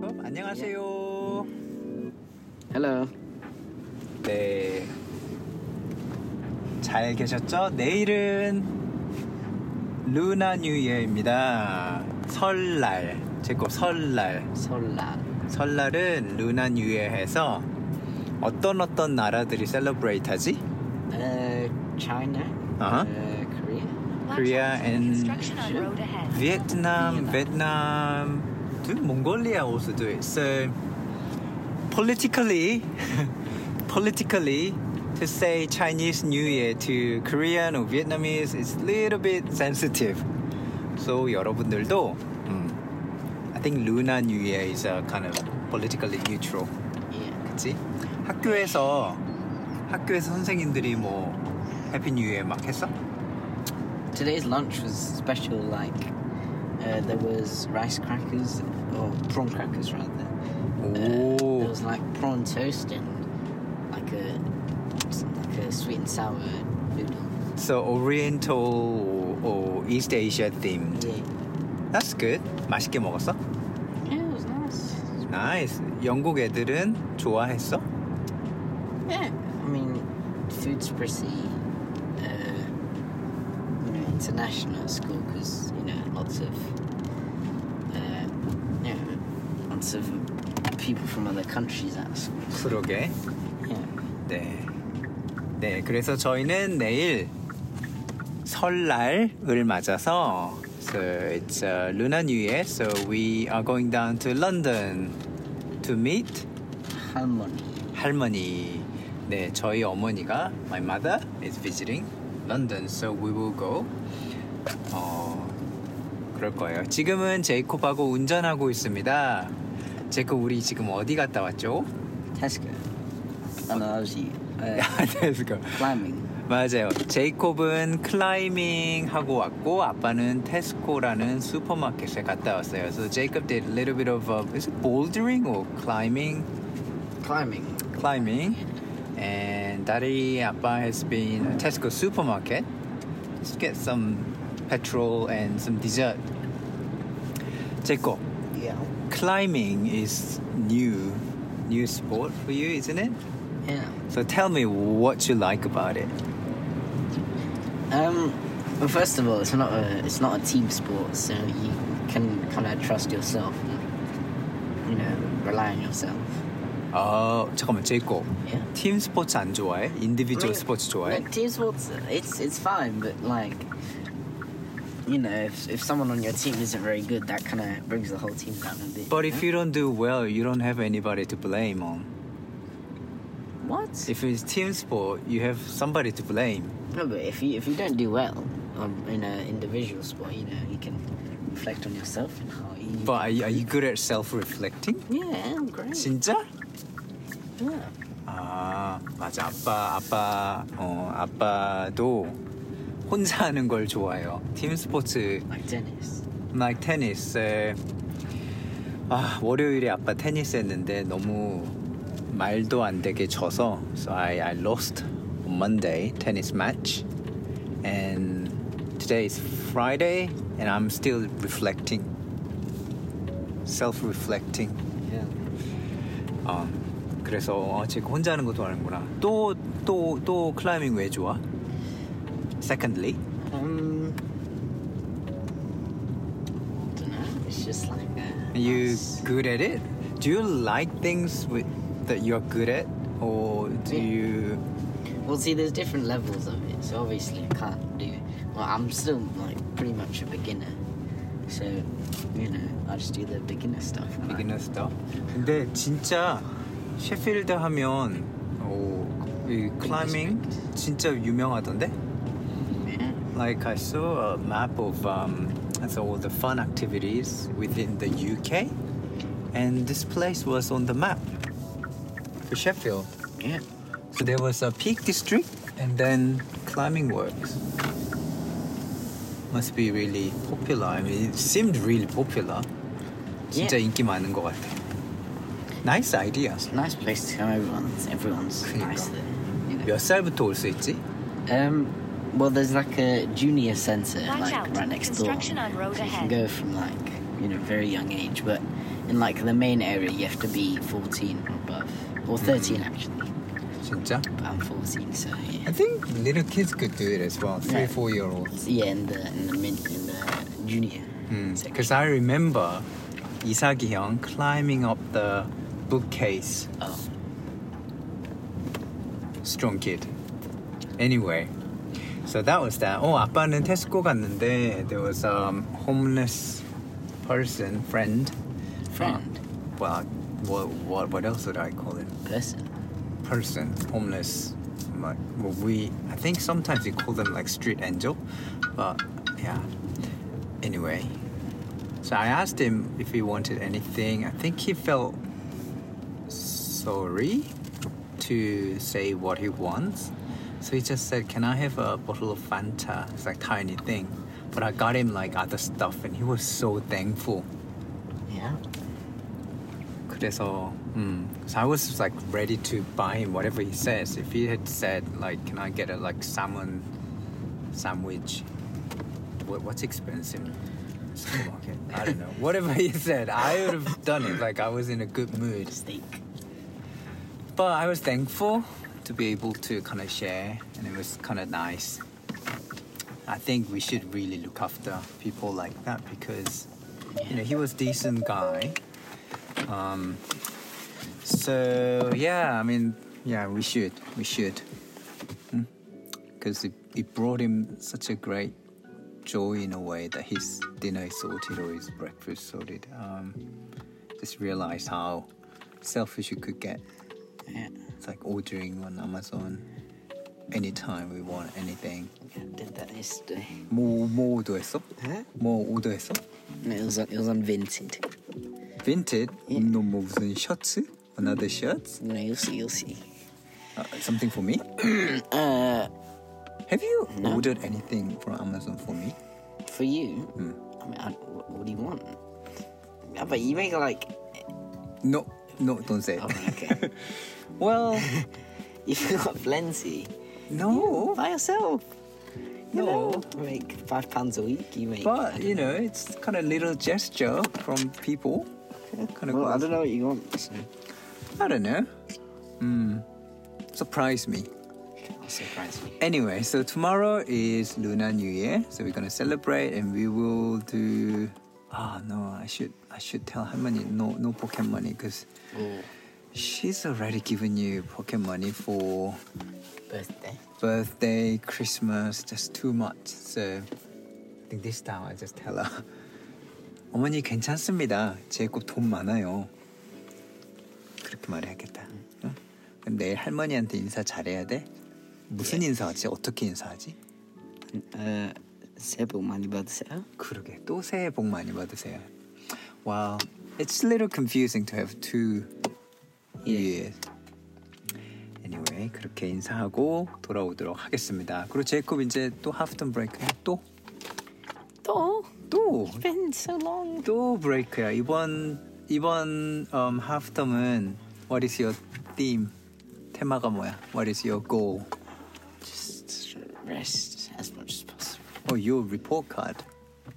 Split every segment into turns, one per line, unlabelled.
그럼 안녕하세요.
Hello.
네. 잘 계셨죠? 내일은 루나 뉴이어입니다. 설날. 제곱 설날.
설날.
설날은 루나 뉴이어에서 어떤 어떤 나라들이 셀러브레이트 하지?
Uh, China.
Uh-huh.
Uh, Korea.
Korea and
construction on road ahead.
Vietnam, Vietnam, do Mongolia also do it. So politically, politically, to say Chinese New Year to Korean or Vietnamese is little bit sensitive. So 여러분들도, 음, I think Lunar New Year is a kind of politically neutral.
Yeah.
그치? 학교에서 학교에서 선생님들이 뭐 해피 뉴 이어 막 했어?
Today's lunch was special. Like uh, there was rice crackers or prawn crackers rather. Uh,
Ooh.
there was like prawn toast and like a like a sweet and sour noodle.
So Oriental or East Asia themed.
Yeah.
That's good. 맛있게 먹었어?
Yeah, it was nice.
Nice. 영국 애들은 좋아했어?
Yeah. I mean, food's pretty. Uh, you know, international at school because you know lots of uh, you know, lots of people from other countries at school.
그러게.
Yeah.
네. 네. 그래서 저희는 내일 설날을 맞아서 so it's uh, Lunar New Year. So we are going down to London to meet
Harmony.
할머니. 네, 저희 어머니가 my mother is visiting London, so we will go. 어, 그럴 거예요. 지금은 제이콥하고 운전하고 있습니다. 제이콥 우리 지금 어디 갔다 왔죠?
Tesco. Oh no, that was you. Uh,
Let's go.
climbing.
맞아요. 제이콥은 클라이밍 하고 왔고 아빠는 테스코라는 슈퍼마켓에 갔다 왔어요. So Jacob did a little bit of uh, is it bouldering or climbing?
Climbing.
climbing and daddy appa has been at tesco supermarket just get some petrol and some dessert Jacob,
Yeah.
climbing is new new sport for you isn't it
Yeah.
so tell me what you like about it
Um. Well, first of all, it's not a it's not a team sport, so you can kind of trust yourself. And, you know, rely on yourself.
아 Oh, 잠깐만 제이콥
Yeah.
팀 스포츠 안 좋아해? 인디비주얼
Look,
스포츠 좋아해?
look, team sports, it's it's fine, but like, you know, if, if someone on your team isn't very good, that kind of brings the whole team down a bit.
But if you don't do well, you don't have anybody to blame on.
what?
If it's team sport, you have somebody to blame.
no, but if you if you don't do well on, in an individual sport, you know, you can reflect on yourself and how you.
But are you, are you good at self-reflecting?
yeah, I'm great.
진짜?
yeah.
아 맞아 아빠 아빠 어 아빠도 혼자 하는 걸 좋아해요 팀 스포츠
Like tennis.
like 테니스 에, 아 월요일에 아빠 테니스 했는데 너무 말도 안 되게 져서 so I I lost on Monday tennis match and today is Friday and I'm still reflecting self reflecting
Yeah.
아, 그래서 어, 지금 혼자 하는 거 좋아하는구나. 또, 또, 또 클라이밍 왜 좋아? Secondly,
Um. Dunno, It's just like uh, a
you
nice-
good at it? Do you like things with, that you're good at? Or do you...
Well, see, there's different levels of it, so obviously I can't do. Well, I'm still like pretty much a beginner, so you know I just do the beginner stuff. and I-
beginner stuff? 근데 진짜 셰필드 하면 오, 이 클라이밍 진짜 유명하던데?
Yeah.
Like I saw a map of um, that's all the fun activities within the UK, and this place was on the map for Sheffield.
Yeah.
So there was a peak district, and then climbing works. Must be really popular. I mean, it seemed really popular. 진짜
Yeah.
인기 많은 것 같아. Nice idea.
Nice place to come. Everyone's everyone's
Here you
nice
go.
there. You know.
몇 살부터 올 수 있지?
Um, Well, there's like a junior centre,
Watch
like
out.
right next door.
Construction on road
So you can
ahead.
go from like you know very young age, but in like the main area, you have to be 14 or above, or 13 actually.
진짜?
But I'm 14, so yeah.
I think little kids could do it as well. Three,
Yeah.
four year olds.
Yeah, in the in the mid in the junior. section.
Because I remember Isagi Hyun climbing up the bookcase.
Oh,
Strong kid. Anyway, so that was that. 어 아빠는 테스코 갔는데 there was a um, homeless person friend.
friend,
Well, what what what else would I call it?
person.
person, homeless. Like, well, we, I think sometimes we call them like street angel, but yeah. Anyway, so I asked him if he wanted anything. I think he felt sorry to say what he wants, so he just said, "Can I have a bottle of Fanta?" It's like tiny thing, but I got him like other stuff, and he was so thankful.
Yeah.
그래서 음, so I was like ready to buy him whatever he says. If he had said like, can I get a like salmon sandwich? What, what's expensive? Supermarket. I don't know. Whatever he said, I would have done it. Like I was in a good mood.
Steak.
But I was thankful to be able to kind of share, and it was kind of nice. I think we should really look after people like that because, you know, he was decent guy. Um, so yeah, I mean, yeah, we should, we should, because it, it brought him such a great joy in a way that his dinner is sorted or his breakfast sorted. Um, just realized how selfish you could get.
Yeah.
It's like ordering on Amazon anytime we want anything.
I did that yesterday.
뭐, 뭐 오더했어?
에?
뭐 오더했어?
No, it was on, it was on Vinted.
Vinted?
예.
너뭐 무슨 셔츠? Another shirt?
You know, you'll see, you'll see.
Uh, something for me?
Uh,
Have you ordered anything from Amazon for me?
for you, I mean, I, what, what do you want? I bet you make like.
No, no, don't say
Oh,
it.
okay.
Well,
You've got plenty
no,
by yourself. You
No.
know, you make five pounds a week. You make.
but you know, it's kind of little gesture from people. Kind of
well, I don't know what you want. So
I don't know. Mm, surprise me.
it'll surprise me.
Anyway, so tomorrow is Lunar New Year, so we're gonna celebrate and we will do. Ah, no, I should I should tell Harmony no no pocket money because
Oh,
she's already given you pocket money for
birthday.
birthday, Christmas, just too much. So I think this time I just tell her. 어머니 괜찮습니다. 제곱돈 많아요. 그렇게 말해야겠다. 응? 그럼 내일 할머니한테 인사 잘해야 돼. 무슨 인사하지? 어떻게 인사하지?
Uh, Sebo money by the sale.
그러게 또 새해 복 많이 받으세요. Wow, it's a little confusing to have two
예.
years. Anyway, 그렇게 인사하고 돌아오도록 하겠습니다. 그리고 제이콥 이제 또 하프턴 브레이크야. 또,
Oh,
또,
been so long.
또 브레이크야. 이번 이번 um, 하프턴은 What is your theme? 테마가 뭐야? What is your goal?
Just rest as much as possible.
Oh, your report card.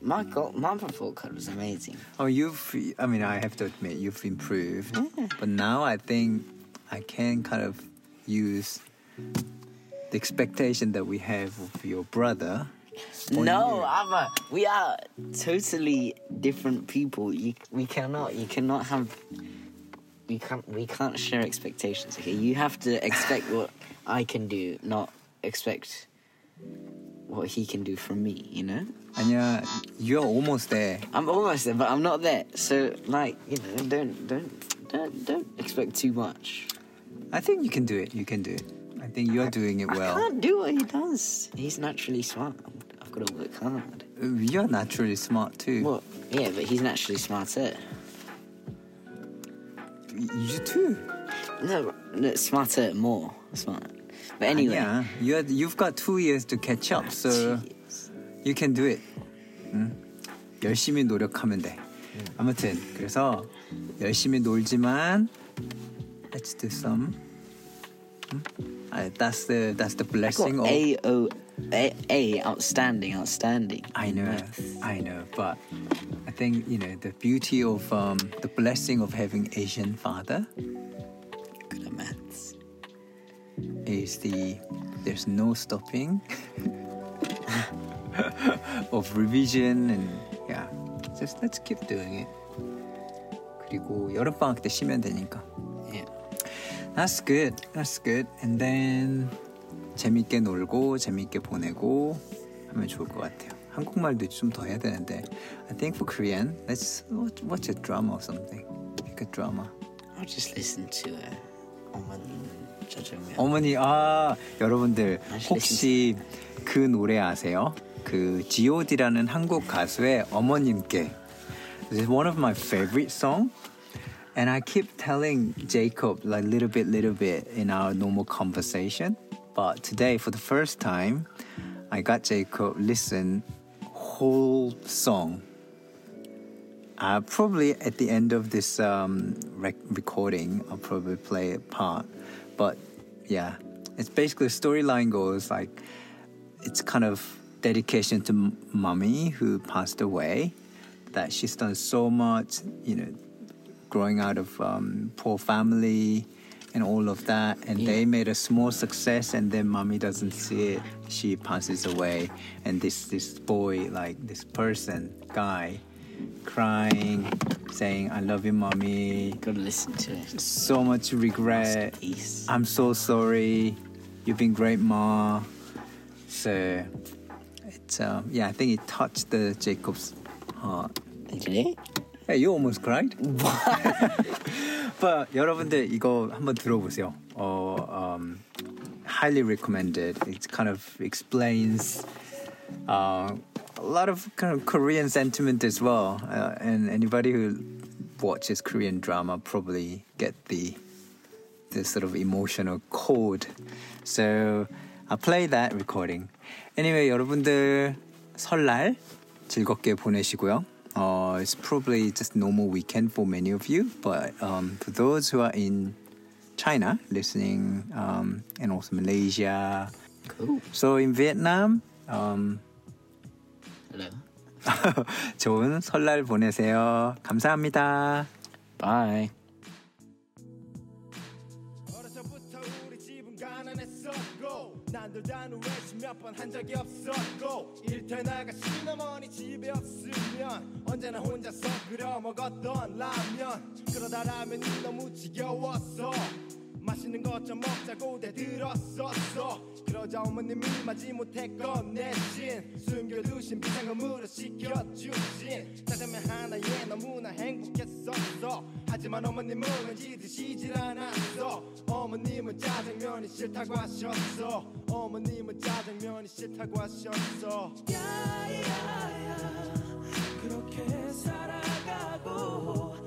My goal, my report card was amazing.
Oh, you've, I mean, I have to admit, you've improved. But now I think I can kind of use the expectation that we have of your brother. on
No,
you.
Abba, we are totally different people. You, we cannot, you cannot have, we can't, we can't share expectations. Okay, you have to expect what I can do, not expect what he can do from me. You know,
Anya, you're almost there.
I'm almost there, but I'm not there. So, like, you know, don't, don't, don't, don't expect too much.
I think you can do it. You can do it. I think you're doing it
I
well.
can't do what he does. He's naturally smart. I've got to work hard.
Uh, You're naturally smart too.
Well, yeah, but he's naturally smarter.
You too.
No, no, smarter, more smart. But anyway,
Yeah, you're, you've got two years to catch up, so
Jeez.
you can do it. 응? 열심히 노력하면 돼. 아무튼 그래서 열심히 놀지만 let's do some. 응? 아, that's the that's the
I got
blessing of
A O A, a outstanding, outstanding.
I know,
Yes.
I know, but I think you know the beauty of um, the blessing of having Asian father
Good at maths.
is the there's no stopping of revision and yeah, just let's keep doing it. 그리고 여름 방학 때 쉬면 되니까.
Yeah.
That's good. That's good. And then 재밌게 놀고 재밌게 보내고 하면 좋을 것 같아요. 한국말도 좀 더 해야 되는데 I think for Korean, let's watch, watch a drama or something. Pick a drama.
I'll just listen to uh, Oman Jajangmyeon.
어머니 아 여러분들 혹시 그 노래 아세요? 그 G.O.D라는 한국 가수의 어머님께 This is one of my favorite song and I keep telling Jacob like little bit little bit in our normal conversation but today for the first time I got Jacob listen whole song uh, probably at the end of this um, rec- recording, I'll probably play a part. But yeah, it's basically storyline goes like it's kind of dedication to m- mommy who passed away, that she's done so much, you know, growing out of um, poor family and all of that. And they made a small success, and then mommy doesn't see it. She passes away, and this this boy, like this person, guy, crying, saying, "I love you, mommy."
Gotta listen to it.
So much regret.
Masterpiece.
I'm so sorry. You've been great, Ma. So it's um, yeah, I think it touched the Jacob's heart.
Did you?
Hey, you almost cried. but 여러분들 이거 한번 들어보세요. 어, um, highly recommended. It kind of explains uh, a lot of kind of Korean sentiment as well. Uh, and anybody who watches Korean drama probably get the the sort of emotional chord. So I play that recording. Anyway, 여러분들 설날 즐겁게 보내시고요. Uh, it's probably just normal weekend for many of you, but um, for those who are in China listening, um, and also Malaysia,
Cool.
so in Vietnam, um,
Hello.
좋은 설날 보내세요. 감사합니다.
Bye.
어렸을 때부터 우리 집은 가난했었고 난들 단우회식 몇번 한 적이 없었고 일터 나가 시어머니 집에 없으면 언제나 혼자서 끓여 먹었던 라면 그러다 라면이 너무 지겨웠어 맛있는 것 좀 먹자고 대들었었어 그러자 어머님이 마지못해 꺼내신 숨겨두신 비싼 거물을 시켜주신 짜장면 하나에 너무나 행복했었어 하지만 어머님은 왠지 드시질 않았어 어머님은 짜장면이 싫다고 하셨어 어머님은 짜장면이 싫다고 하셨어
야야야 그렇게 살아가고